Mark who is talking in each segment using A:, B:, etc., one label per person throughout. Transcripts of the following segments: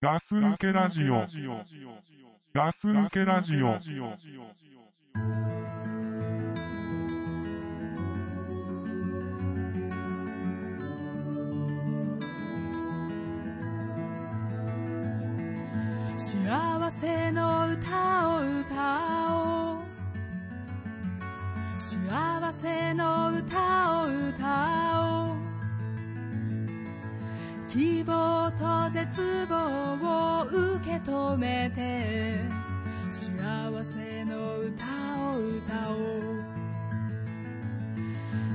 A: ガス抜けラジオ。ガス抜けラジオ。
B: 幸せの歌を歌おう幸せの歌を歌おう希望と絶望を受け止めて幸せの歌を歌おう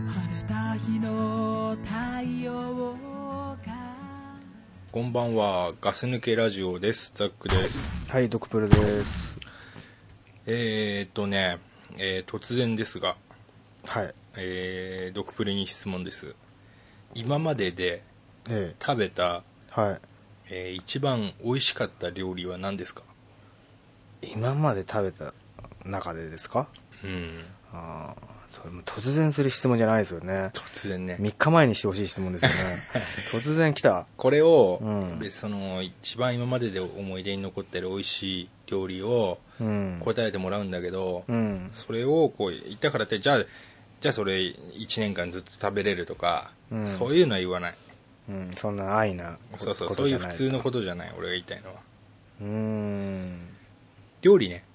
B: 晴れた日の太陽が
C: こんばんは、ガス抜けラジオです。ザックです。
D: はい、ドクプルです。
C: えーっとね、えー突然ですが、
D: はい。
C: えー、ドクプルに質問です。今までで
D: ええ。
C: 食べた、
D: は
C: えー一番美味しかった料理は何ですか
D: い。今まで食べた中でですか
C: うん、
D: ああ、それも突然する質問じゃないですよね。
C: 突然ね。
D: 3日前にしてほしい質問で すよね。突然来た。
C: これを、
D: うん
C: でその、一番今までで思い出に残ってる美味しい料理を
D: うん。
C: 答えてもらうんだけど、
D: うん。
C: それをこう言ったからって、じゃあ、じゃあそれ1年間ずっと食べれるとか、
D: うん
C: そういうのは言わない。
D: うん。そんな愛なこ
C: そうそう、
D: こ
C: そう
D: と
C: い
D: じ
C: う
D: ゃな
C: 普
D: い。
C: 通のことじゃない、俺が言いたいのは。
D: うーん。
C: 料理ね。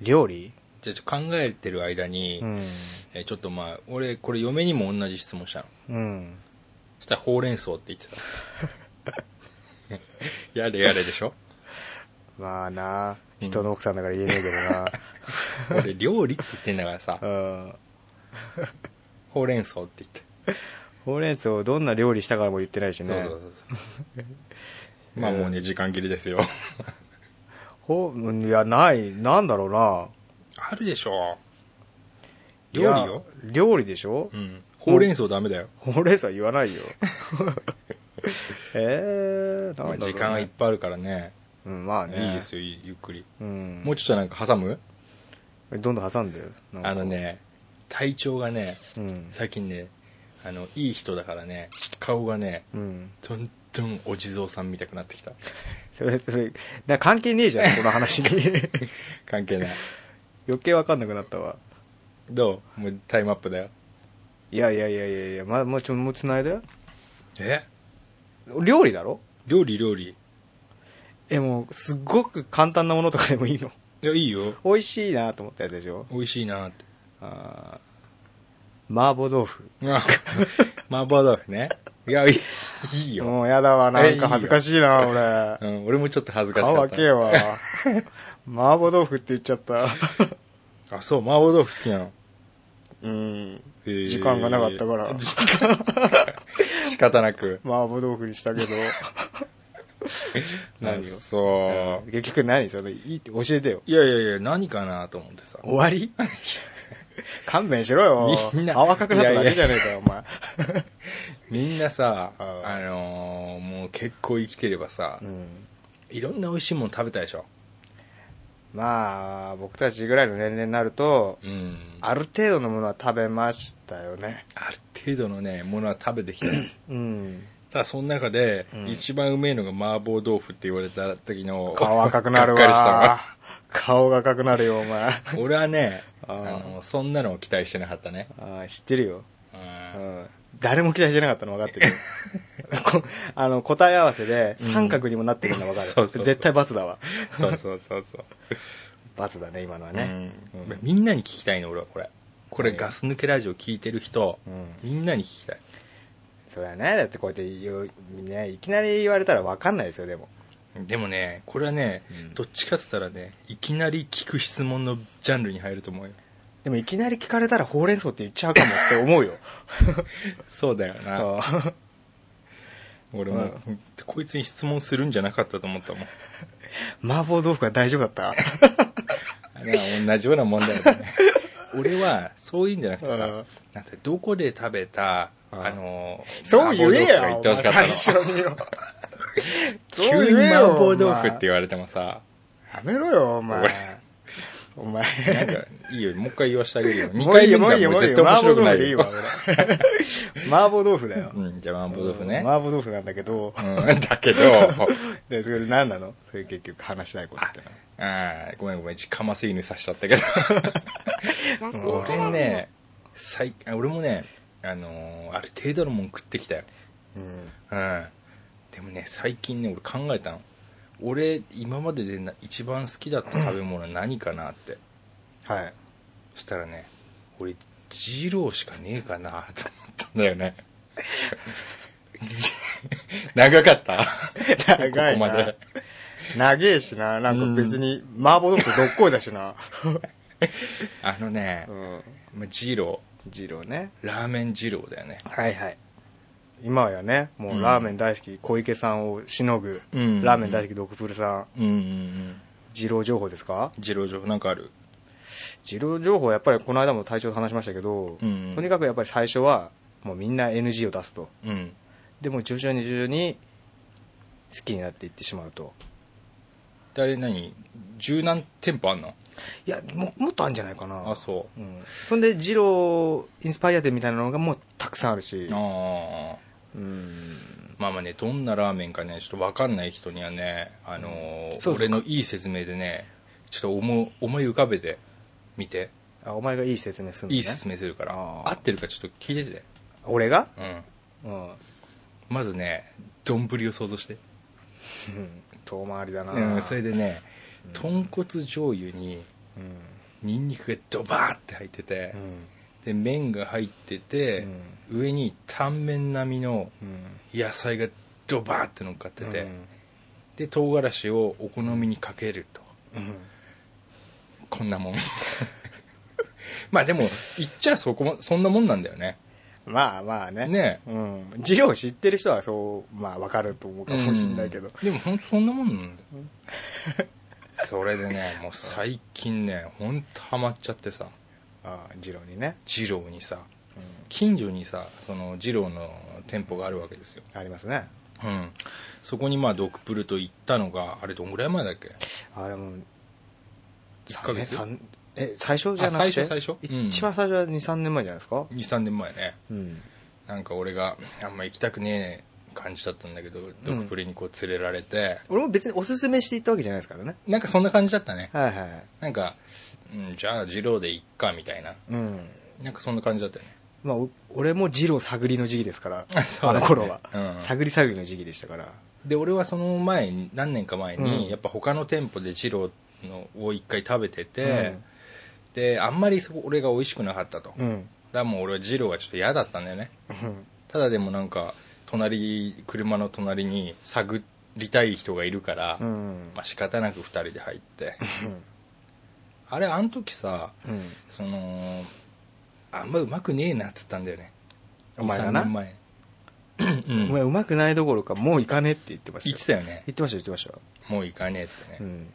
D: 料理
C: じゃあちょっと考えてる間に、
D: うん。
C: えーちょっとまあ、俺、これ嫁にも同じ質問したの。
D: うん。
C: そしたらほうれん草って言ってた。 やれやれでしょ
D: まあな、
C: うん
D: 人の奥さんだから言えねえけ
C: 俺、料理って言ってんだからさ
D: ど、な。うん。
C: ほうれん草って言って。
D: ほうれん草をどんな料理したからも言ってないし
C: そう
D: ね。
C: そうそうそう。まあもうね、時間切れですよ。
D: ほう、いや、ない、なんだろうな。
C: あるでしょ
D: い
C: 料
D: や
C: 理よ。
D: 料理でしょ、
C: うん。ほうれん草ダメだよ。
D: ほうれん草言わ ないよえー、
C: ま
D: な
C: あ
D: んだろうね、
C: 時間がいっぱいあるからね。
D: うんまあね
C: いいですよ、ゆゆっくり。
D: うん、
C: もうちょっとなんか挟む
D: どんどん挟んでなんか
C: あのね、体調がね、
D: うん、
C: 最近ね、あの、いい人だからね、顔がね、
D: うん、
C: どんどんお地蔵さんみたくなってきた。
D: それそれなんか関係ねえじ ゃんこの話に
C: 関係ない。
D: 余計わかんなくなったわ
C: どうもうタイムアップだよ。
D: いやいやいやいやいやまだもうちょもうつないだよ
C: え
D: 料理だろ
C: 料理料理。
D: えもうすっごく簡単なものとかでもいいの
C: いや、いいよ。
D: 美味しいなと思ったやつでしょ
C: 美味しいなって。
D: あー麻婆豆腐
C: あ麻婆豆腐ね。いや、いいいいよ。
D: もうやだわなんか恥ずかしいな
C: う
D: 俺
C: ん、俺もちょっと恥ずかし
D: 顔
C: かっ
D: 開
C: た。
D: けよわ 麻婆豆腐って言っちゃった
C: あ、そう、麻婆豆腐好きなの。
D: うん
C: へー
D: 時間がなかったから
C: 仕方な く。
D: 麻婆豆腐にしたけど 何
C: あ
D: よ
C: そう
D: うん。結局何それいいって教えてよ
C: いやいやいや、何かなと思ってさ。
D: 終わ り勘弁しろよ
C: みんな
D: 顔赤くなっただけじゃねえかよお前
C: みんなさ、
D: あ
C: あのーもう結構生きてればさ、
D: うん
C: いろんな美味しいもの食べたでしょ。
D: まあ僕たちぐらいの年齢になると
C: うん。あ
D: ある程度のものは食べましたよね
C: る程度のね、ものは食べてきた。
D: うん
C: ただ、その中で、
D: うん
C: 一番うめえのが麻婆豆腐って言われた時の、
D: 顔赤くなる
C: がっか
D: わ顔が赤くなるよお前
C: りしたわ。俺はね、
D: あ
C: あ
D: ー
C: の、そんなのを期待してなかったね。
D: ああ知ってるよ
C: うん
D: うん誰も期待してなかったの分かっ てるよこあの答え合わせで
C: うん
D: 三角にもなってるの分かる、
C: そうそうそう
D: 絶対罰だわ
C: そうそうそうそう。
D: 罰だね今のは
C: ね、
D: ねうん
C: みんなに聞きたいの俺はこれこれ
D: はい
C: ガス抜けラジオ聞いてる人、
D: うん、
C: みんなに聞きたい
D: それはねだってこうやって言う、ね、いきなり言われたら分かんないですよでも
C: でもねこれはね、
D: うん
C: どっちかっつったらねいきなり聞く質問のジャンルに入ると思うよ
D: でもいきなり聞かれたらほうれん草って言っちゃうかもって思 うよ
C: そうだよな
D: あ
C: 俺も、こいつに質問するんじゃなかったと思ったもん
D: 麻婆豆腐が大丈夫だった
C: あれは同じような問題だね 俺はそういうんじゃなくてさ
D: うん
C: なんてどこで食べた
D: うん
C: あの
D: そう言え
C: 麻
D: よ
C: 婆豆腐とか言ってほしかったの
D: 最初によそ
C: 急
D: う言
C: に
D: えよ
C: 麻婆豆腐って言
D: お
C: われてもさ
D: 前やめろよお
C: 俺
D: 前お前。
C: なんか、いいよ、もう一回言わしてあげるよ。二
D: もうい
C: 回
D: い
C: 目
D: よ、もうい
C: が
D: いよ、
C: も
D: も
C: う
D: ういい
C: 絶
D: よ。
C: 対面
D: 麻婆
C: 白く
D: 豆
C: な
D: 腐
C: い
D: でいい
C: よ。
D: わ、俺。麻婆豆腐 だよ。
C: うん、じゃあ、麻婆豆腐ね。
D: 麻婆豆腐なんだけど、
C: うん、だけど、
D: で、それ何なのそれ結局話したいことってのは。
C: あーごめんごめん、かませ犬さしちゃったけど。 俺ね、最あ俺もね、あのーある程度のもん食ってきたよ。
D: うん。
C: うん。でもね、最近ね、俺考えたの。俺、今まででな一番好きだった食べ物は何かなって。
D: はい。
C: そしたらね、俺、二郎しかねえかなと思ったんだよね。じ長かった
D: 長いな。
C: ここまで。
D: 長えしな。なんか別に、麻婆豆腐どっこいだし な。
C: あのね
D: う、ん。
C: まあ二郎、
D: 二郎ね。
C: ラーメン二郎だよね。
D: はいはい。今やね、もうラーメン大好き小池さんをしのぐ、
C: うん
D: ラーメン大好きドクプルさ
C: う
D: ん、
C: んうんうん。
D: 二郎情報ですか
C: 二郎情報なんかある
D: 二郎情報はやっぱりこの間も隊長と話しましたけど、
C: うん
D: とにかくやっぱり最初は、もうみんな NG を出すと。
C: うん。
D: でも徐々に徐々に好きになっていってしまうと。
C: であれ何十何店舗あんの
D: いや、ももっとあるんじゃないかな。
C: あ、そ
D: うん、そんで、二郎インスパイア店みたいなのがもうたくさんあるし
C: う。、ああ。
D: うん、
C: まあまあね、どんなラーメンかね、ちょっとわかんない人にはね、あのー
D: そうそう
C: 俺のいい説明でね、ちょっと思う思い浮かべてみて、
D: あお前がいい説明するのね
C: いい説明するから、
D: あー
C: 合ってるかちょっと聞いてて。
D: 俺が
C: うん。
D: うん、
C: まずね、丼を想像して。
D: うん遠回りだな、
C: うん、それでね
D: うん、
C: 豚骨醤油に、
D: うん
C: ニンニクがドバーって入ってて、
D: うん
C: で、麺が入ってて、上に単麺並みの
D: うん
C: 野菜がドバーって乗っかってて、
D: うん
C: で唐辛子をお好みにかけると、
D: うん
C: こんな もんまあでも言っちゃそこもそんなもんなんだよね
D: まあまあね
C: ね
D: うん、二郎知ってる人はそうまあわかると思うかもしれないけど、
C: うんでも本当そんなもんなんだよそれでねもう最近ね本当ハマっちゃってさ
D: ああ二郎にね、
C: 二郎にさ
D: うん
C: 近所にさその二郎の店舗があるわけですよ
D: ありますね
C: うんそこにまあドクプルと行ったのがあれどんぐらい前だっけ
D: あれもう
C: 一ヶ月
D: 三年三え最初じゃなくて
C: あ最初最初うん
D: 一番最初は23年前じゃないですか
C: 23年前ね
D: うん
C: なんか俺があんま行きたくねえ感じだったんだけど、ドクプレにこう連れられて、
D: 俺も別におすすめしていったわけじゃないですからね
C: なんかそんな感じだったね。
D: はいはい
C: なんか、うん、じゃあ二郎でいっかみたいな。
D: うん
C: なんかそんな感じだったよね。
D: まあ、お俺も二郎探りの時期ですから、
C: そう
D: あ
C: だね
D: の頃は、
C: うん
D: 探り探りの時期でしたから、
C: で、俺はその前に、何年か前に、
D: うん
C: やっぱ他の店舗で二郎のを一回食べてて、で、あんまりそこ俺が美味しくなかったと。
D: う
C: だか
D: ん、
C: らもう俺は二郎がちょっと嫌だったんだよね。
D: うん、
C: ただでもなんか、隣、車の隣に探りたい人がいるから、
D: うん、
C: まあ仕方なく二人で入って。あれ、あの時さ、
D: うん、
C: そのあんまうまくねえなっつったんだよね
D: お前が
C: 23
D: な
C: 年前うん
D: お前、うまくないどころか、もう行かねえって言ってまし
C: 言
D: たよ
C: ってたよね
D: 言ってました、言ってまし、
C: もう行かねえったて
D: う
C: ね、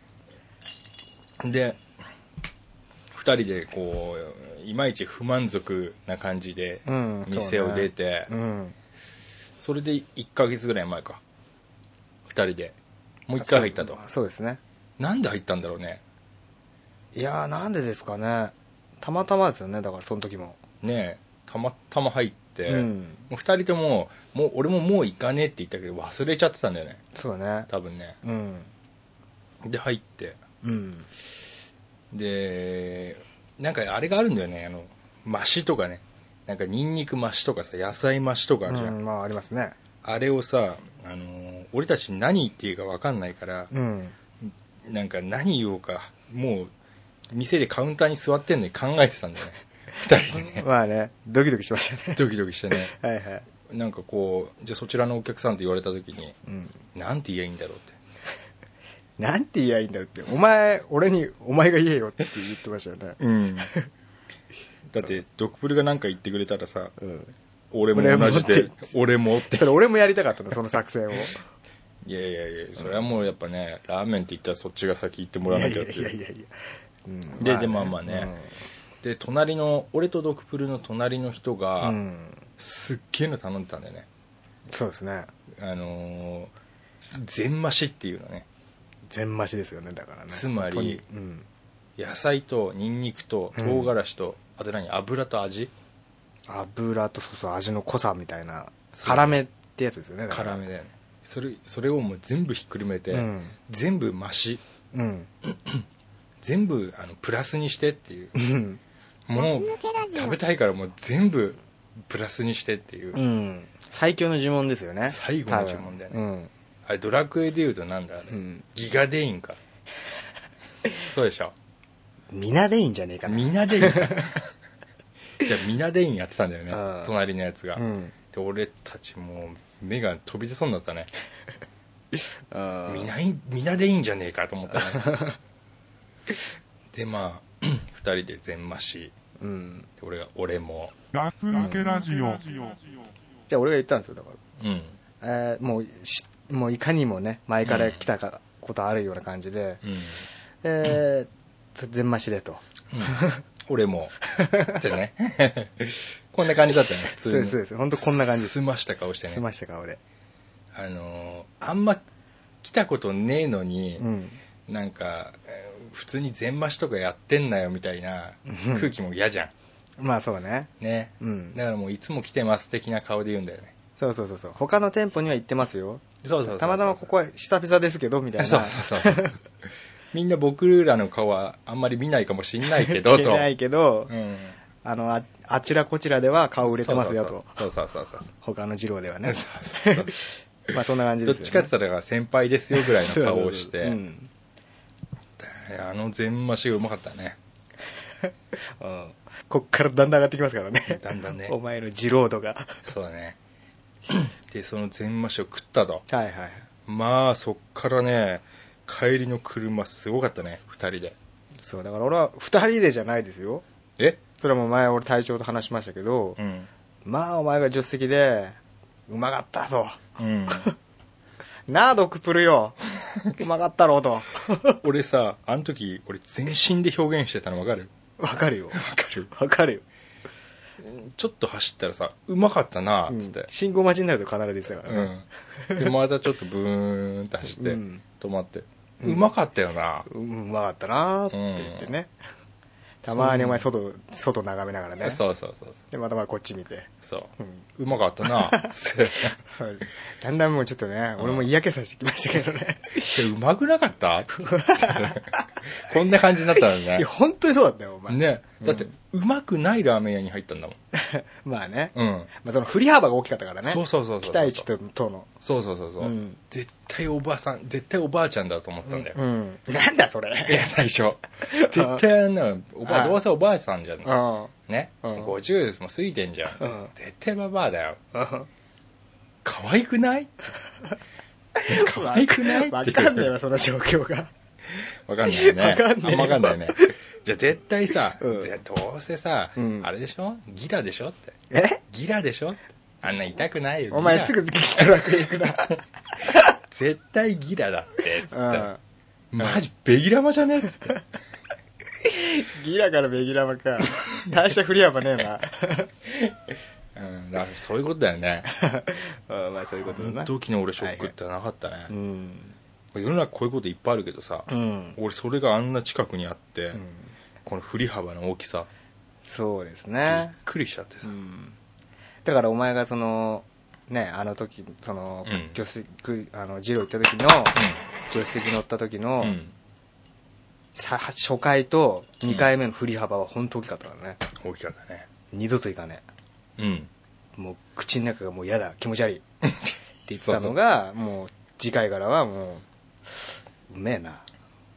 D: ん、
C: で2人でこういまいち不満足な感じで
D: うん
C: 店を出て、
D: そうねうん、
C: それで1ヶ月ぐらい前か2人でもう1回入ったと
D: そうそうですね、
C: なんで入ったんだろうね
D: いやー、なんでですかね、たまたまですよね、だから、その時も、
C: ねえたまたま入って、
D: うん、
C: もう2人とももう俺ももう行かねえって言ったけど忘れちゃってたんだよね
D: そうだね、
C: 多分ね
D: うん、
C: で入って
D: うん、
C: でなんかあれがあるんだよねあの増しとかねなんかニンニク増しとかさ野菜増しとかあるじゃん、
D: うんまあ、ありますね、
C: あれをさ、あのー俺たち何言っていいか分かんないから、
D: うん、
C: なんか何言おうかもう店でカウンターに座ってんのに考えてたんだよね二人 でね
D: まあね、ドキドキしましたね、
C: ドキドキしてね
D: はいはい、
C: なんかこうじゃあそちらのお客さんって言われた時に
D: うん。
C: なんて言えばいいんだろうって
D: なんて言えばいいんだろうって、お前、俺に、お前が言えよって言ってましたよね。
C: うんだってドクプルが何か言ってくれたらさ
D: うん。
C: 俺も同じで俺もって
D: それ俺もやりたかったの、その 作戦を。い
C: いやいやいや、それはもうやっぱね、ラーメンって言ったらそっちが先行ってもらわ
D: や
C: ないきゃ
D: や
C: っ
D: い
C: て
D: や
C: いう。
D: いやいや。うん
C: ででまあまあねで、隣の、俺とドクプルの隣の人
D: うん
C: が、
D: うん。
C: すっげえの頼んでたんだよね。
D: そうですね。
C: あのー、全増しっていうのね。
D: 全増しですよね、だからね。
C: つまり
D: 本当にうん。
C: 野菜とニンニクと唐辛子と、あと何油と味
D: 油とそうそう味の濃さみたいな
C: そう
D: 辛めってやつですよねだから
C: 辛めだよねそれそれをもう全部ひっくるめて、
D: うん
C: 全部増し
D: うん
C: 全部あのプラスにしてっていう
D: うん
C: もう
E: ガス抜けラジオ
C: 食べたいからもう全部プラスにしてっていう、
D: うん最強の呪文ですよね
C: 最後の呪文だよね
D: 多分
C: あれドラクエでいうとなんだあれ、
D: うん、うん、
C: ギガデインかそうでしょ
D: みなでいいんじゃねえかな
C: ミナデイ ンかじゃあミナデインやってたんだよね
D: うん
C: 隣のやつが、
D: うん
C: で俺たちもう目が飛び出そうになったね
D: あ
C: みないみなでいいんじゃねえかと思った ねでまあ2 人で全マし
D: うん
C: で俺が俺も
A: ガス抜けラジオ
D: じゃあ俺が言ったんですよだから
C: うん
D: えーもうしもういかにもね前から来たか、ことあるような感じで、
C: うん、
D: えー全増しでと
C: うん、俺もってね こんな感じだったね普
D: そうですそうです本当こんな感じです
C: 済ました顔して
D: 済
C: ね
D: ました顔で
C: あのーあんま来たことねえのに、
D: うん
C: なんかえー普通に全マしとかやってんなよみたいな
D: うん
C: 空気も嫌じゃん
D: まあそうね
C: ね、
D: うん
C: だからもういつも来てます的な顔で言うんだよね
D: そうそうそうそう他の店舗には行ってますよ
C: そうそうそうそう
D: たまたまここは久々ですけどみたいな
C: そうそうそう。 みんな僕らの顔はあんまり見ないかもしんないけど、
D: 行け
C: と。
D: ないけど、
C: うん。
D: あのああちらこちらでは顔売れてますよと
C: そうそうそうそう。
D: 他の二郎では
C: そう
D: ね
C: そうそうそ
D: まあそんな感じ
C: う。
D: で
C: どっ
D: すよね、
C: ちかって言ったら先輩ですよぐらいの顔をし
D: そうそうそうう
C: て、
D: ん
C: あの全マシがうまかったね。
D: うんこっからだんだん上がってきますからね
C: だんだんね
D: お前の二郎度が
C: そうだね。で、その全マシを食ったと。
D: はいはい
C: まあ、そっからね、帰りの車すごかったね、二人で。
D: そうだから俺は二人でじゃないですよ
C: え
D: それはもう前俺隊長と話しましたけど、
C: うん。
D: まあお前が助手席でうまかったと
C: うん。
D: なあドクプルようまかったろうと
C: 俺さ、あの時、俺全身で表現してたのわかる
D: わかるよ
C: わかる
D: わかるよ、
C: ちょっと走ったらさ、うまかったな、
D: う
C: つっ
D: ん
C: て。
D: 信号待ちになると必ずですからね、
C: うん、でまたちょっとブーンって走って
D: うん
C: 止まって、うまかったよな
D: うんうまかったなーって言ってね、たまにお前外外眺めながらね
C: そうそうそうそう
D: でまたまたこっち見て、
C: そうううまかったなつっ
D: んはいだんだんもうちょっとね、俺も嫌気させてきましたけどね
C: てでうまくなかった ってこんな感じになったの
D: いや
C: ね
D: 本当にそうだったよお前、
C: ねだって、うまくないラーメン屋に入ったんだもん
D: まあね、
C: うん、
D: まあ、その振り幅が大きかったからね
C: そうそうそうそう
D: 期待値ととの
C: そうそうそうそう、
D: うん
C: 絶対おばさん絶対おばあちゃんだと思ったんだよ、
D: うん、なんだそ
C: い
D: れ
C: や最 初絶対あんなおば
D: あ
C: どうせおばあさんじゃん
D: うん
C: ね、
D: うん
C: 50も過ぎてんじゃん、
D: うん
C: 絶対ババアだよ可愛くない可愛くない
D: わ
C: って
D: かんない
C: わ
D: わその状況が
C: わかんないね
D: わかんねえ
C: あんまわかんないねじゃあ絶対さ、
D: うん
C: いやどうせさ、
D: うん
C: あれでしょギラでしょって
D: え
C: ギラでしょあんな痛くないよ
D: お前
C: ギラ
D: すぐドラクエ行くな
C: 絶対ギラだってつって、
D: うん
C: マジベギラマじゃねっつって
D: ギラからベギラマか大した振り幅ねえな
C: うん、だから そういうことだよね
D: うんまあそういうことだな
C: 時の俺ショックってなかったね、
D: うん
C: 世の中こういうこといっぱいあるけどさ、
D: うん
C: 俺それがあんな近くにあって、この振り幅の大きさ
D: そうです
C: びっ
D: ね
C: くりしちゃってさ、
D: うんだからお前がそのねあの時その
C: うん
D: 助手席あのジロー行った時の助手席乗った時の
C: うん
D: さ初回と2回目の振り幅は本当大きかったからね
C: 大きかったね
D: 二度と行かねえ
C: うん
D: もう口の中がもう嫌だ気持ち悪いって言ってたのがもう次回からはもううめえな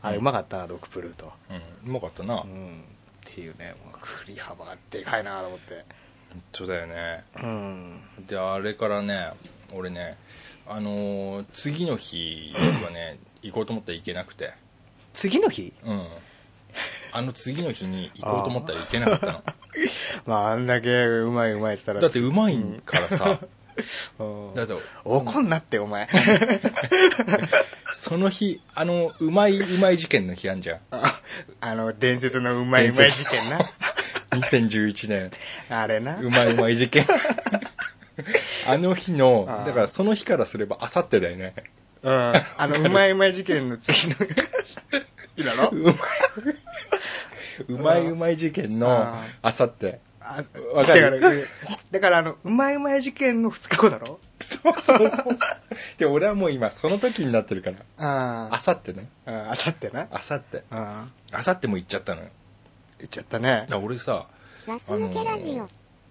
D: あれうまかったな、ドクプルと、
C: うんうまかったな、
D: う
C: 本
D: ん、っていうねもう振り幅がでかいなと思って
C: 当だよね
D: うん
C: であれからね俺ねあのー次の日はね行こうと思ったら行けなくて
D: 次の日
C: うんあの次の日に行こうと思ったら行けなかったの
D: まああんだけうまいうまいって言ったら
C: だってうまいからさ、
D: うん
C: だって
D: 怒んなってお前
C: その日あのうまいうまい事件の日あんじゃん
D: ああの伝説のうまいうまい事件な
C: 2011年
D: あれな
C: うまいうまい事 件あの日の
D: あー
C: だからその日からすればあさってだよね
D: うんあのうまいうまい事件の次のいいだろ
C: うまいうまいうまい事件の
D: あ
C: あさって
D: あ
C: わかる
D: だからだからあのうまいうまい事件の2日後だろ
C: そうそうそうで俺はもう今その時になってるから
D: あ
C: あさってね
D: ああさってな
C: あさって
D: あ
C: あさっても行っちゃったのよ
D: 言っちゃったね
C: だから俺さ
E: ガス抜けラジオ。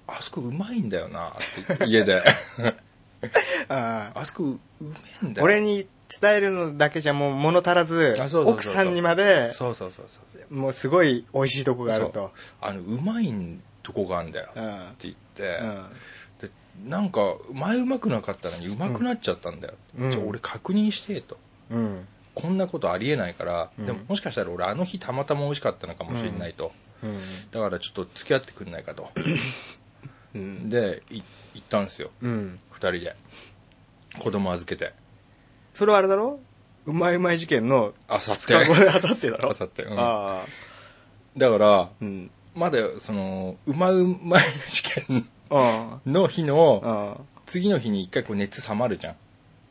C: あそこうまいんだよなって言って家で
D: ああ
C: あそこううめえんだよ
D: 俺に伝えるのだけじゃもう物足らず
C: あそうそうそうそう
D: 奥さんにまで
C: そうそうそうそうそう
D: もうすごい美味しいとこがある
C: そう
D: と
C: あのうまいとこがあんだよっ
D: う
C: て
D: ん
C: 言って、
D: うん
C: なんか前うまくなかったのにうまくなっちゃったんだよ、
D: うん
C: じゃあ俺確認してと
D: うん
C: こんなことありえないから、
D: うん
C: でももしかしたら俺あの日たまたま美味しかったのかもしれないと、
D: うん
C: だからちょっと付き合ってくんないか と
D: うん
C: でい行ったんですよ
D: うん
C: 2人で子供預けて
D: それはあれだろうまいうまい事件の
C: あさって
D: 2日後であさってだろ
C: あ さってうん
D: ああ
C: だから
D: うん
C: まだそのうまうまい試験
D: あ
C: の日の
D: あ
C: 次の日に一回こう熱冷まるじゃん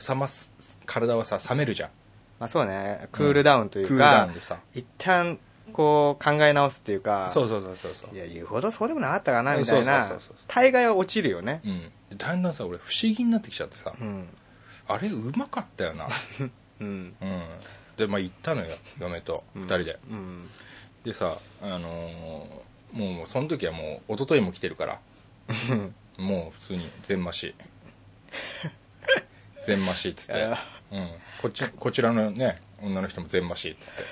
C: 冷ます体はさ冷めるじゃん
D: まあそうねクールダウンと
C: ク
D: い
C: ール
D: う
C: ダ
D: か
C: ウンでさ
D: 一旦こう考え直すっていうか
C: そうそうそうそうそう
D: いや言うほどそうでもなかったかなみたい
C: そう
D: な
C: そうそうそう
D: 大概は落ちるよね
C: うん、だんだんさ俺不思議になってきちゃってさ、
D: うん
C: あれうまかった よな、
D: うん
C: うん、でまあ行ったのよ嫁と2人で、
D: うん
C: でさあのーもうその時はもう一昨日も来てるから
D: うん
C: もう普通に全麻 し全麻しっつって
D: あ、
C: うん、こっちこちらのね女の人も全麻しっつって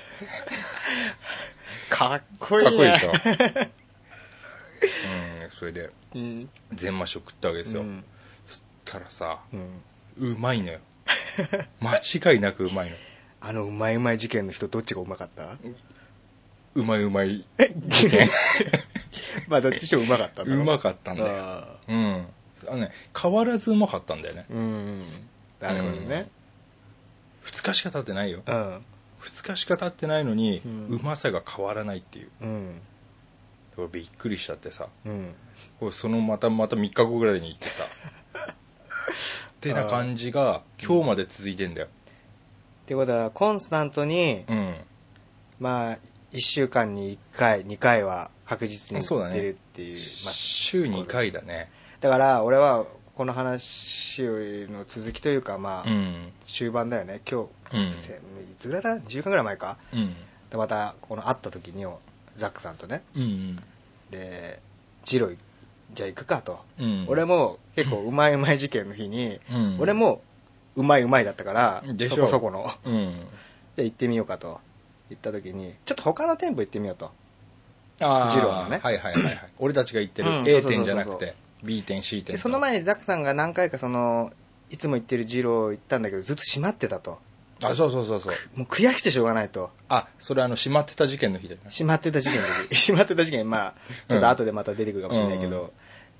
D: かっこいい
C: かっこいいでしょ
D: ね
C: うんそれで
D: うん
C: 全麻しを食ったわけですよ、
D: うん
C: そしたらさ
D: うん
C: うまいのよ 間違いなくうまいの
D: あのうまいうまい事件の人どっちがうまかった
C: うまいうまい
D: 事件 まあどっちにしてもうまかったんだ
C: う
D: ろ
C: まかったんだよ
D: あ
C: うんあのね変わらずうまかったんだよね
D: あうんなるほどね
C: 2日しか経ってないよ
D: うん
C: 2日しか経ってないのに、
D: う
C: うんまさが変わらないっていう
D: うん
C: 俺びっくりしちゃってさ
D: うん
C: こうそのまたまた3日後ぐらいに行って さってな感じが今日まで続いてんだよ
D: ってことはコンスタントに
C: うん
D: まあ1週間に1回2回は確実に
C: そうだね
D: 出るっていうまあ
C: 週2回だね
D: だから俺はこの話の続きというかまあ、
C: うん
D: 終盤だよね今
C: う
D: 日、
C: ん
D: せいつぐらいだ10時間ぐらい前か
C: うん
D: でまたこの会った時にザックさんとね
C: うん
D: でジロイじゃあ行くかと、
C: うん
D: 俺も結構うまいうまい事件の日に、
C: うん
D: 俺もうまいうまいだったから
C: でし
D: そ
C: ょ
D: こそこの
C: うん
D: じゃあ行ってみようかと行った時にちょっと他の店舗行ってみようと
C: あ
D: 二郎のね
C: はいはいはいはい俺たちが言ってる
D: うん
C: A
D: そうそうそうそ
C: 店
D: う
C: じゃなくて B 店 C 店
D: で
C: と
D: その前にザックさんが何回かそのいつも行ってるジロー行ったんだけどずっと閉まってたと
C: あそうそうそうそう
D: もう悔やくてしょうがないと
C: あそれあの閉まってた事件の日だよね
D: 閉まってた事件の 時閉まってた事件まあちょっと後でまた出てくるかもしれないけど、
C: うんう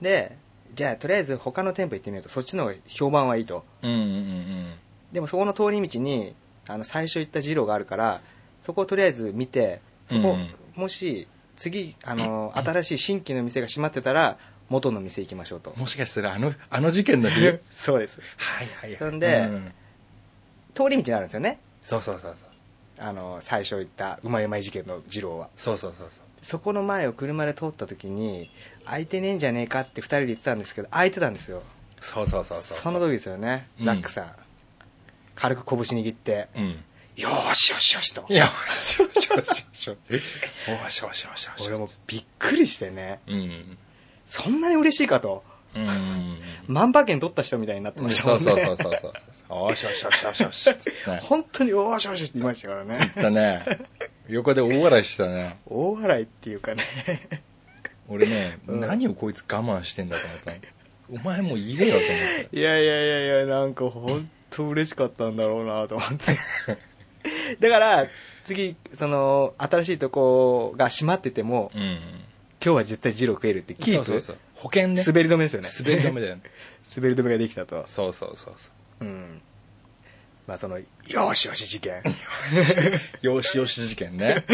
D: でじゃあとりあえず他の店舗行ってみようとそっちの方が評判はいいと
C: うんうんうん
D: でもそこの通り道にあの最初行ったジローがあるからそこをとりあえず見てそこ、
C: うん
D: もし次あの新しい新規の店が閉まってたら元の店行きましょうと
C: うんもしかしたらあのあの事件の日 はい
D: そうです
C: はい
D: そんで
C: うん
D: 通り道にあるんですよね
C: そうそうそうそう
D: あの最初言ったうまいうまい事件の二郎は
C: そうそうそうそう
D: そこの前を車で通った時に開いてねえんじゃねえかって2人で言ってたんですけど開いてたんですよ
C: そうそうそうそう
D: その時ですよね、
C: うん
D: ザックさん軽く拳握って
C: うん
D: 「よーしよしよし」と
C: いやしょしょしょしょおしょしょしょしょ
D: 俺もびっくりしてね
C: うん
D: そんなに嬉しいかと
C: うん
D: 万馬券取った人みたいになって
C: う
D: ま
C: ん
D: した
C: そ
D: も
C: うん
D: ね
C: そうそうそうそうそうおしょしょしょしょしょつって ね
D: 本当に「よーしよし」って言いましたからね
C: だね横で大笑いしてたね
D: 大笑いっていう かね
C: 俺ね、
D: うん
C: 何をこいつ我慢してんだと思ったのお前もういれよと思って
D: いやいやいやいやなんか本当嬉しかったんだろうなと思って だから次その新しいとこが閉まってても
C: うん
D: 今日は絶対ジロー食えるってキープ
C: そうそうそう保険ね
D: 滑り止めですよね
C: 滑り止めだよね
D: 滑り止めができたと
C: そうそうそう そう
D: うんまあそのよしよし事件
C: よしよし事件 ね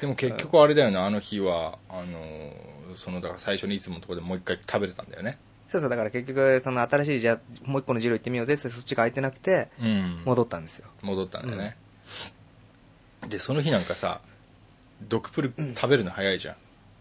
C: でも結局あれだよねあの日はあのーそのだから最初にいつものところでもう一回食べれたんだよね
D: そうそうだから結局その新しいじゃあもう一個のジロー行ってみようぜってそっちが空いてなくて
C: うん
D: 戻ったんですよ
C: 戻ったんだよね、でその日なんかさ毒プル食べるの早いじゃ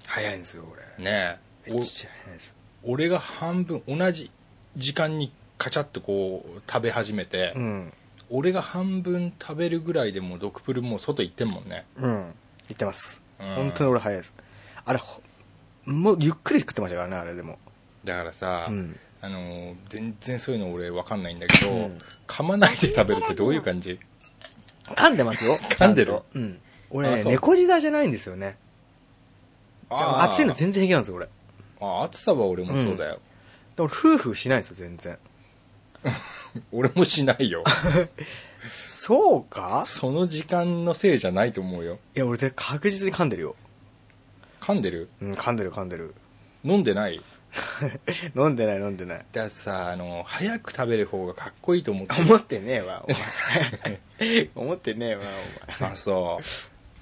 D: 早いんですよ
C: んねえ
D: 俺めっちゃ早いです
C: お俺が半分同じ時間にカチャッとこう食べ始めて、
D: うん
C: 俺が半分食べるぐらいでもう毒プルもう外行ってんもんね
D: うん言ってます
C: うん
D: 本当に俺早いですあれほもうゆっくり食ってましたからねあれでも
C: だからさ、
D: うん
C: あのー全然そういうの俺わかんないんだけど、
D: うん
C: 噛まないで食べるってどういう感じ
D: 噛んでますよ
C: 噛んでる
D: ちゃとうん俺
C: あ
D: ね
C: そう
D: 猫舌じゃないんですよねでも
C: ー
D: 熱いの全然平気なんですよ俺で
C: あー暑さは俺もそうだよ、
D: も夫婦しないんですよ全然
C: 俺もしないよ
D: そうか
C: その時間のせいじゃないと思うよ
D: いや俺絶対確実に噛んでるよ
C: 噛んでる
D: うん噛んでる噛んでる
C: 飲んでない
D: 飲んでない飲んでない
C: だからさあの早く食べる方がかっこいいと思って
D: 思ってねえわお 前思ってねえわ
C: あそう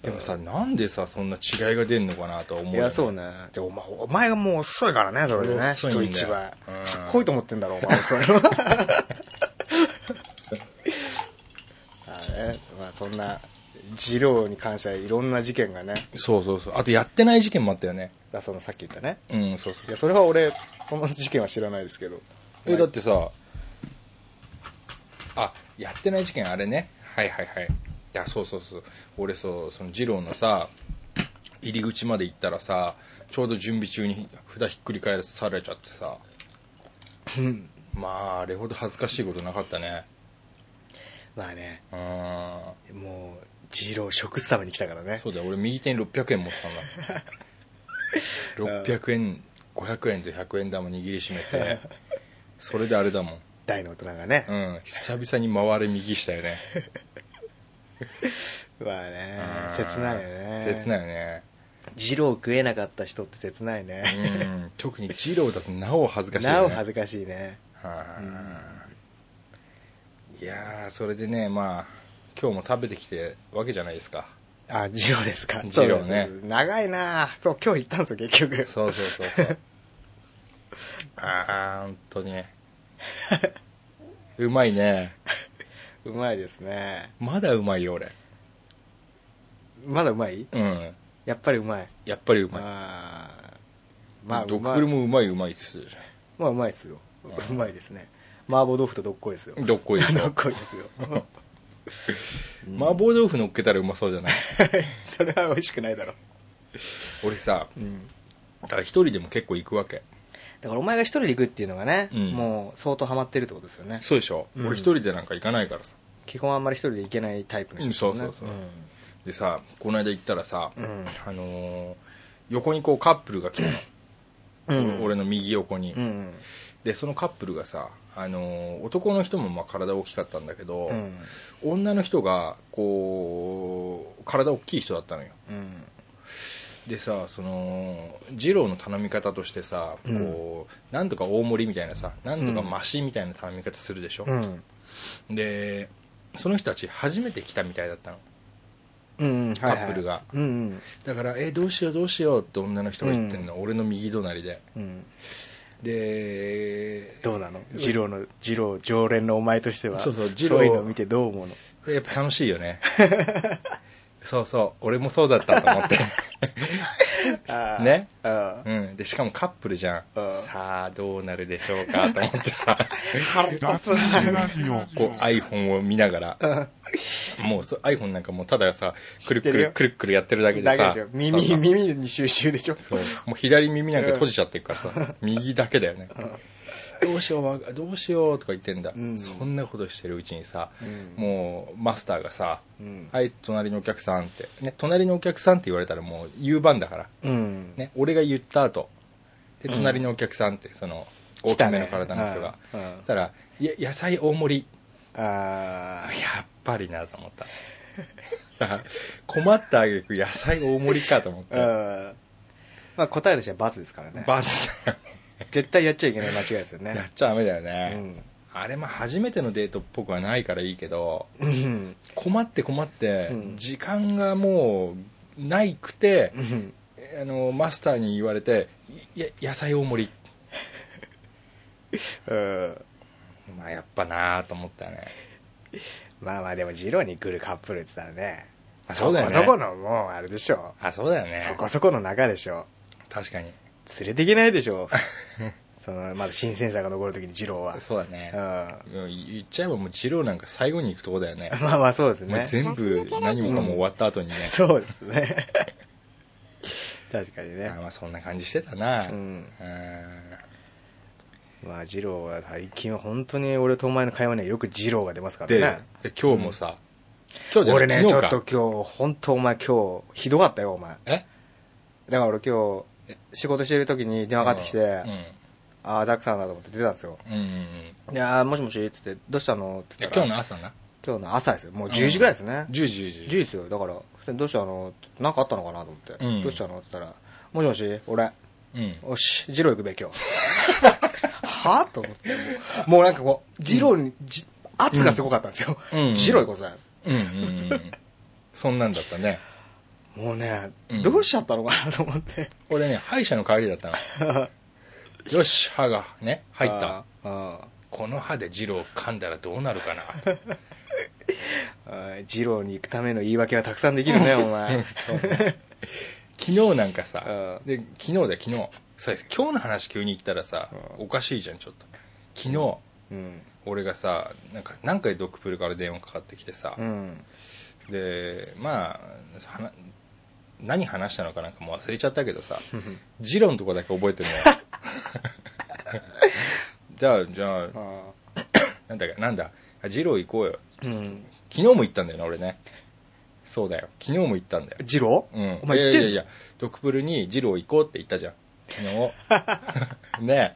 C: でもさなんでさそんな違いが出んのかなとは
D: お
C: 思うよ
D: 前い
C: ね
D: やそうねでお前お前がもう遅いからねそれでね
C: 遅いんだ
D: 人
C: よ
D: 一倍か
C: うん
D: っこいいと思ってんだろ お前それは あねまあそんな二郎に関してはいろんな事件がね
C: そうそうそうあとやってない事件もあったよね
D: だそのさっき言ったね
C: うんそうそう
D: いやそれは俺その事件は知らないですけど
C: えだってさあやってない事件あれねはいはいはいいやそうそうそう俺そうその二郎のさ入り口まで行ったらさちょうど準備中に札ひっくり返されちゃってさまああれほど恥ずかしいことなかったね
D: まあね
C: うーん
D: もう二郎食すために来たからね
C: そうだよ俺右手に600円持ってたんだ600円500円と100円玉握りしめてそれであれだもん
D: 大の大人がね
C: うん久々に回れ右したよね
D: まあね
C: うん
D: 切ないよね
C: 切ないよね
D: 二郎食えなかった人って切ないね、
C: うん 特に二郎だとなお恥ずかしい、ね、
D: なお恥ずかしいね
C: はいいやーそれでねまあ今日も食べてきてわけじゃないですか
D: あ二郎ですか
C: 二郎ね
D: そうですそうです長いなそう今日行ったんですよ結局
C: そうそうそう そうああ本当にうまいね
D: うまいですね
C: まだうまいよ俺
D: まだうまい
C: うん
D: やっぱりうまい
C: やっぱりうまい
D: まあまあう
C: ドッ
D: ま
C: グ
D: い
C: ルもうまいうまいっす
D: まあうまいですようまいですね麻婆豆腐とどっこいですよ
C: どっこい
D: ど
C: と
D: っこいですよ
C: 麻婆豆腐乗っけたらうまそうじゃない
D: それは美味しくないだろ
C: 俺さ
D: うん
C: だから一人でも結構行くわけ
D: だからお前が一人で行くっていうのがね、
C: うん
D: もう相当ハマってるってことですよね
C: そうでしょ、
D: うん
C: 俺一人でなんか行かないからさ
D: 基本あんまり一人で行けないタイプの人ですよね
C: うんそうそうそうでさこの間行ったらさ、
D: うん
C: あのー横にこうカップルが来たの、
D: うん
C: 俺の右横に、
D: うん
C: でそのカップルがさ、あのー男の人もまあ体大きかったんだけど、
D: うん
C: 女の人がこう体大きい人だったのよ
D: うん
C: でさその二郎の頼み方としてさ、
D: うん
C: こうなんとか大盛りみたいなさなんとかマシみたいな頼み方するでしょ
D: う、ん
C: でその人たち初めて来たみたいだったの
D: うんはいはい
C: カップルが
D: うんうん
C: だから「えどうしようどうしよう」って女の人が言ってんの、俺の右隣で
D: うん
C: で
D: どうなの二郎の二郎常連のお前としては
C: そうそう
D: 二
C: 二
D: 郎
C: 郎
D: そういうのを見てどう思うの
C: やっぱ楽しいよね そうそう俺もそうだったと思 って、
D: あー
C: ね
D: あ
C: うん、でしかもカップルじゃん
D: うん
C: さあどうなるでしょうかと思って さ
A: ガス抜けラジオ。
C: こう iPhone を見ながら
D: ー
C: もうそ iPhone なんかもうたださくるく
D: 知ってるよ
C: るくるくるやってるだけで
D: だけで
C: さ
D: しょ耳
C: そうそう
D: 耳に収集でしょ
C: そうもう左耳なんか閉じちゃってるからさ右だけだよね どうしようわどうしようとか言ってんだ、
D: うん
C: そんなことしてるうちにさ、
D: うん
C: もうマスターがさ「
D: うん
C: はい隣のお客さん」って、ね「隣のお客さん」って言われたらもう言う番だから、
D: うん
C: ね、俺が言った後で隣のお客さんってその大きめの体の人が、
D: 来たねうんうん
C: そしたらいや「野菜大盛り」
D: あ
C: あやっぱりなと思った 困ったあげく野菜大盛りかと思っ
D: ー
C: て
D: うんまあ答えとしては罰ですからね
C: バツだよね
D: 絶対やっちゃいけない間違いですよ
C: やっ
D: ね
C: ちゃダメだよ
D: う
C: ね、
D: ん
C: あれまあ初めてのデートっぽくはないからいいけど
D: うん
C: 困って困って、
D: うん
C: 時間がもうないくて、
D: うん
C: あのマスターに言われて「いや野菜大盛り
D: うん」
C: まあやっぱなあと思ったね
D: まあまあでもジローに来るカップルって言ったらね
C: あそうだよね
D: そこそこのもうあれでしょ
C: あ、そうだよね。
D: そこそこの中でしょ
C: 確かに。
D: 連れていけないで しょそのまだ新鮮さが残る時に二郎は
C: そうだ
D: う
C: ね
D: ん。ま
C: もう言っちゃえばもう、二郎なんか最後に行くとこだよね。
D: あまあそうです
C: もう
D: ね
C: 全部何もかも終わった後にね。
D: そうで すね確かに
C: あ
D: ね
C: まあそんな感じしてたな。
D: う
C: うんん。
D: まあ二郎は最近は本当に俺とお前の会話にはよく二郎が出ますから
C: で、
D: ね
C: で今日もさ、今日じゃな
D: 俺
C: い
D: ねちょ
C: 昨日
D: っと
C: か。
D: 今日本当お前今日ひどかったよお前
C: え
D: だから俺今日仕事してる時に電話かかってきて、ああザックさんだと思って出たんですよ
C: うん。うんうんうん。
D: いやーもしもしっつってどうしたのって
C: い
D: 言
C: や
D: った
C: 今
D: ら
C: 日の朝な。
D: 今日の朝ですよもう10時ぐらいですね、
C: 10時、10
D: 10時
C: 時。
D: ですよだから普通にどうしたのってなんかあったのかなと思って、
C: うん
D: どうしたのって言ったらもしもし俺
C: うん。
D: よし二郎行くべ今 日はあと思ってもうもうなんかこう二郎にじ圧がすごかったんですよ、
C: うん
D: 二郎行こうぜ
C: うんうん うん。そんなんだったね。
D: もうね、
C: うん
D: どうしちゃったのかなと思って
C: 俺ね、歯医者の帰りだった の。よし、歯がね、入った。
D: あーあ
C: この歯で二郎噛んだらどうなるかな。
D: ーあー二郎に行くための言い訳はたくさんでき るねお前
C: 昨日なんか
D: あ
C: さ、で昨日だよ昨日。そうです今日の話急に言ったらさ、おかしいじゃん、ちょっと。昨日、
D: うん
C: 俺がさ、なんか、何回ドクプルから電話かかってきてさ
D: う、ん
C: で、まあ、はな何話したのかなんかもう忘れちゃったけどさ、ジロのとこだけ覚えてるの よ。じゃあ、じゃあ、
D: あ
C: なんだっけ、なんだ、あジロー行こうよ。
D: ーうん
C: 昨日も行ったんだよな、俺ね。そうだよ。昨日も行ったんだよ。
D: 二郎、
C: うん。
D: お前言っ
C: い
D: て
C: やい
D: んの
C: やいや、ドクプルにジロー行こうって言ったじゃん。昨 日。ね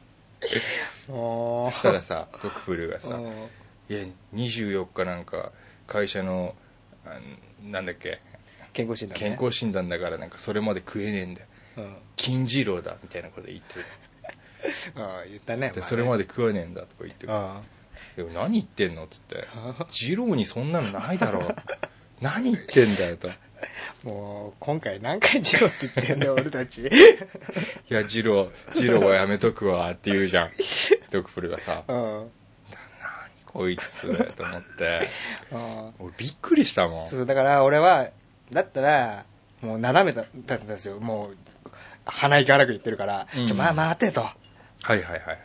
C: え。
D: あ
C: そしたらさ、ドクプルが
D: あ
C: さ、いや、24日なんか、会社の、あなんだっけ、
D: 健康診断、ね、
C: 健康診断だからなんかそれまで食えねえんだよ。
D: うん
C: 金次郎だみたいなこと言っ て
D: ああ言ったね
C: でそれま
D: で
C: で食わねえんだとか言って
D: あ
C: でも何言ってんのっつって「次郎にそんなのないだろう」 何言ってんだよと「
D: あ もう今回何回しろって言って んだよ俺たち
C: いや次郎次郎はやめとくわ」って言うじゃんドクプルがさ
D: うん
C: 「 こいつ」と思って
D: あ
C: 俺びっくりしたもん
D: そうだから俺はだったらもう斜めだったんですよもう鼻息荒く言ってるから、
C: うん
D: ちょまあ待てと
C: はいはいはい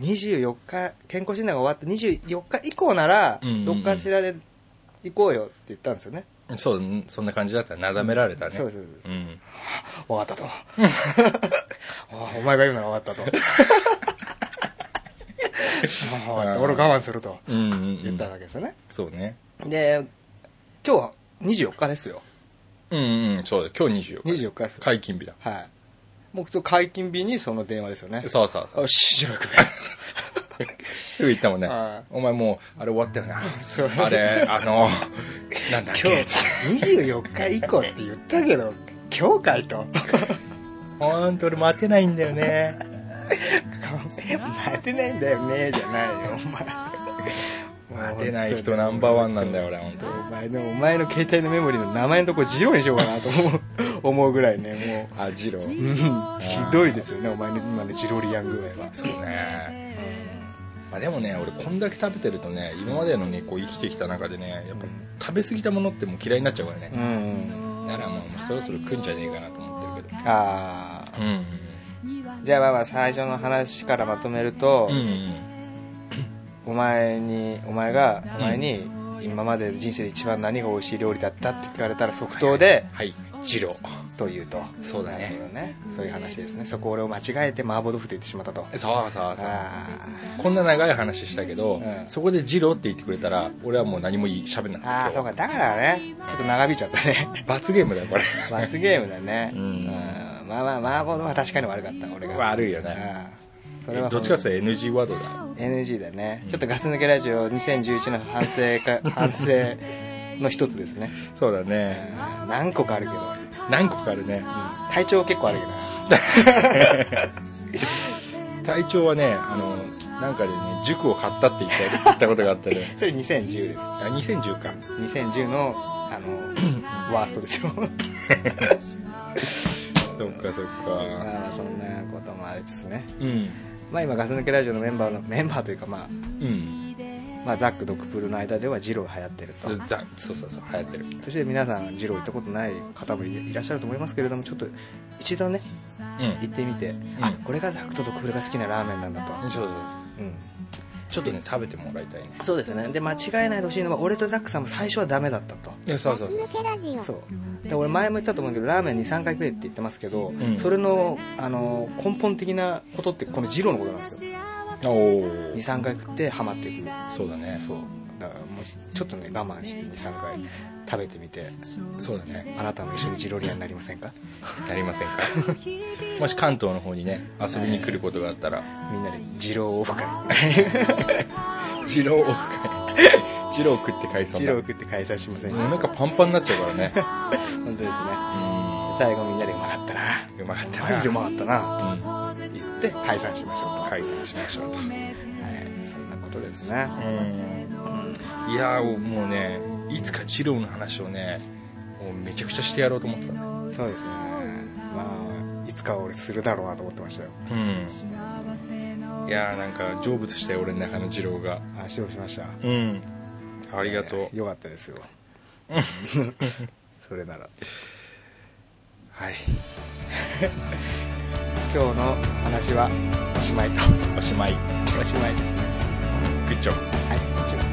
D: 24日健康診断が終わって24日以降なら、
C: うんうんうん
D: どっかしらで行こうよって言ったんですよね
C: そううんそんな感じだったなだめられたね
D: そうそうそ
C: う
D: う
C: ん
D: 分か ったとああお前が言うなら分かったとああ分かった俺我慢すると
C: うんうんうん
D: 言ったわけですよね、
C: そうね
D: で今日は24日ですよ
C: うんうんそうだ今日24日
D: 24日ですよ
C: 解禁日だ
D: はいもう解禁日にその電話ですよね
C: そうそうそう
D: よし16分
C: すぐ言ったもんね
D: は。
C: お前もう、あれ終わったよな
D: そう。
C: あれ、あの、なんだっ
D: 今
C: け。
D: 日24日以降って言ったけど今日かいと
C: ほんと俺待てないんだよね。
D: 待てないんだよねじゃないよお前
C: 待てない人ナンバーワンなんだよ俺ほんと
D: お前のお前の携帯のメモリーの名前のとこジローにしようかなと思う思うぐらいね
C: あ、ジロ
D: もう、うん、ひどいですよねお前の今のジロリアン具合は
C: そうね。まあでもね、俺こんだけ食べてるとね、今までのね、こう生きてきた中でね、やっぱ食べ過ぎたものってもう嫌いになっちゃうから
D: う
C: ね。
D: ん
C: だからもうそろそろ来んじゃねえかなと思ってるけど。
D: ああ
C: うん。
D: じゃあまあまあ最初の話からまとめると、
C: うんうん。
D: お前にお前がお前に、今まで人生で一番何が美味しい料理だったって聞かれたら即答で
C: はい、ジロ
D: というと
C: そうだね
D: なるほどねそういう話ですねそこ俺を間違えて麻婆豆腐と言ってしまったと
C: そうそうそう。
D: あ
C: こんな長い話したけど、
D: うん
C: そこでジロって言ってくれたら、俺はもう何もいい喋んなか
D: ー
C: った。
D: あーそうかだからねちょっと長引いちゃっ たね
C: 罰ゲームだよこれ
D: 罰ゲームだね
C: うん
D: んまあまあ麻婆豆腐は確かに悪かった俺が
C: 悪いよね
D: ねそれは
C: どっちかっていうと NG ワードだ
D: NG だね、ちょっとガス抜けラジオ2011の反省 か反省の一つですね
C: そうだね
D: 何個かあるけど
C: 何個かあるね、
D: 体調結構あるけど
C: 体調はねあのなんかでね塾を買ったって言った 言ったことがあったね
D: それ2010です
C: あ2010か
D: 2010のあ のワーストですよ
C: そっかそっか
D: まあそんなこともありつつね
C: うん
D: まあ今ガス抜けラジオのメンバーのメンバーというかまあ
C: うん
D: まあ、ザック・ドクプルの間ではジロー流行ってると
C: ざそうそうそう流行ってる
D: そして皆さんジロー行ったことない方もいいらっしゃると思いますけれどもちょっと一度ね行ってみて、あこれがザックとドクプルが好きなラーメンなんだと、
C: うんそうそうそう
D: うん、
C: ちょっとね食べてもらいたいね
D: そうですねで間違えないでほしいのは俺とザックさんも最初はダメだったと
C: いやそうそうそう
E: 抜けラジオ
D: そうで俺前も言ったと思うけどラーメン23回食えって言ってますけど、
C: ん
D: それのあの根本的なことってこのジローのことなんですよ
C: おお
D: 23回食ってハマっていく
C: そうだね
D: そうだからもうちょっとね我慢して23回食べてみて
C: そうだね
D: あなたも一緒にジロリアになりませんか
C: なりませんか もし関東の方にね遊びに来ることがあったら
D: みんなでジローオフ会
C: 二郎を食え二郎食って解散
D: ジ
C: だ
D: ロー
C: も
D: 食って開催しません
C: う
D: か
C: なん
D: 本
C: かパンパンになっちゃうからね
D: 当ですね
C: う
D: 最後みんなでうまかったなん
C: うまかったな
D: マジでうまかったな
C: うん
D: と言って解散しましょうと
C: 解散しましょうと
D: はい、そんなことですね。
C: いやーもうねいつか二郎の話をねもうめちゃくちゃしてやろうと思ってたね
D: そうですね。まあ、いつか俺するだろうなと思ってましたよ。
C: うんいやーなんか成仏したよ俺の中の二郎が
D: 足をしました。
C: うんありがとう
D: よかったですよ。 それなら。
C: はい
D: 今日の話はおしまいと。
C: おしまい
D: おしまいですね。
C: グッジョブ
D: はい、以上です。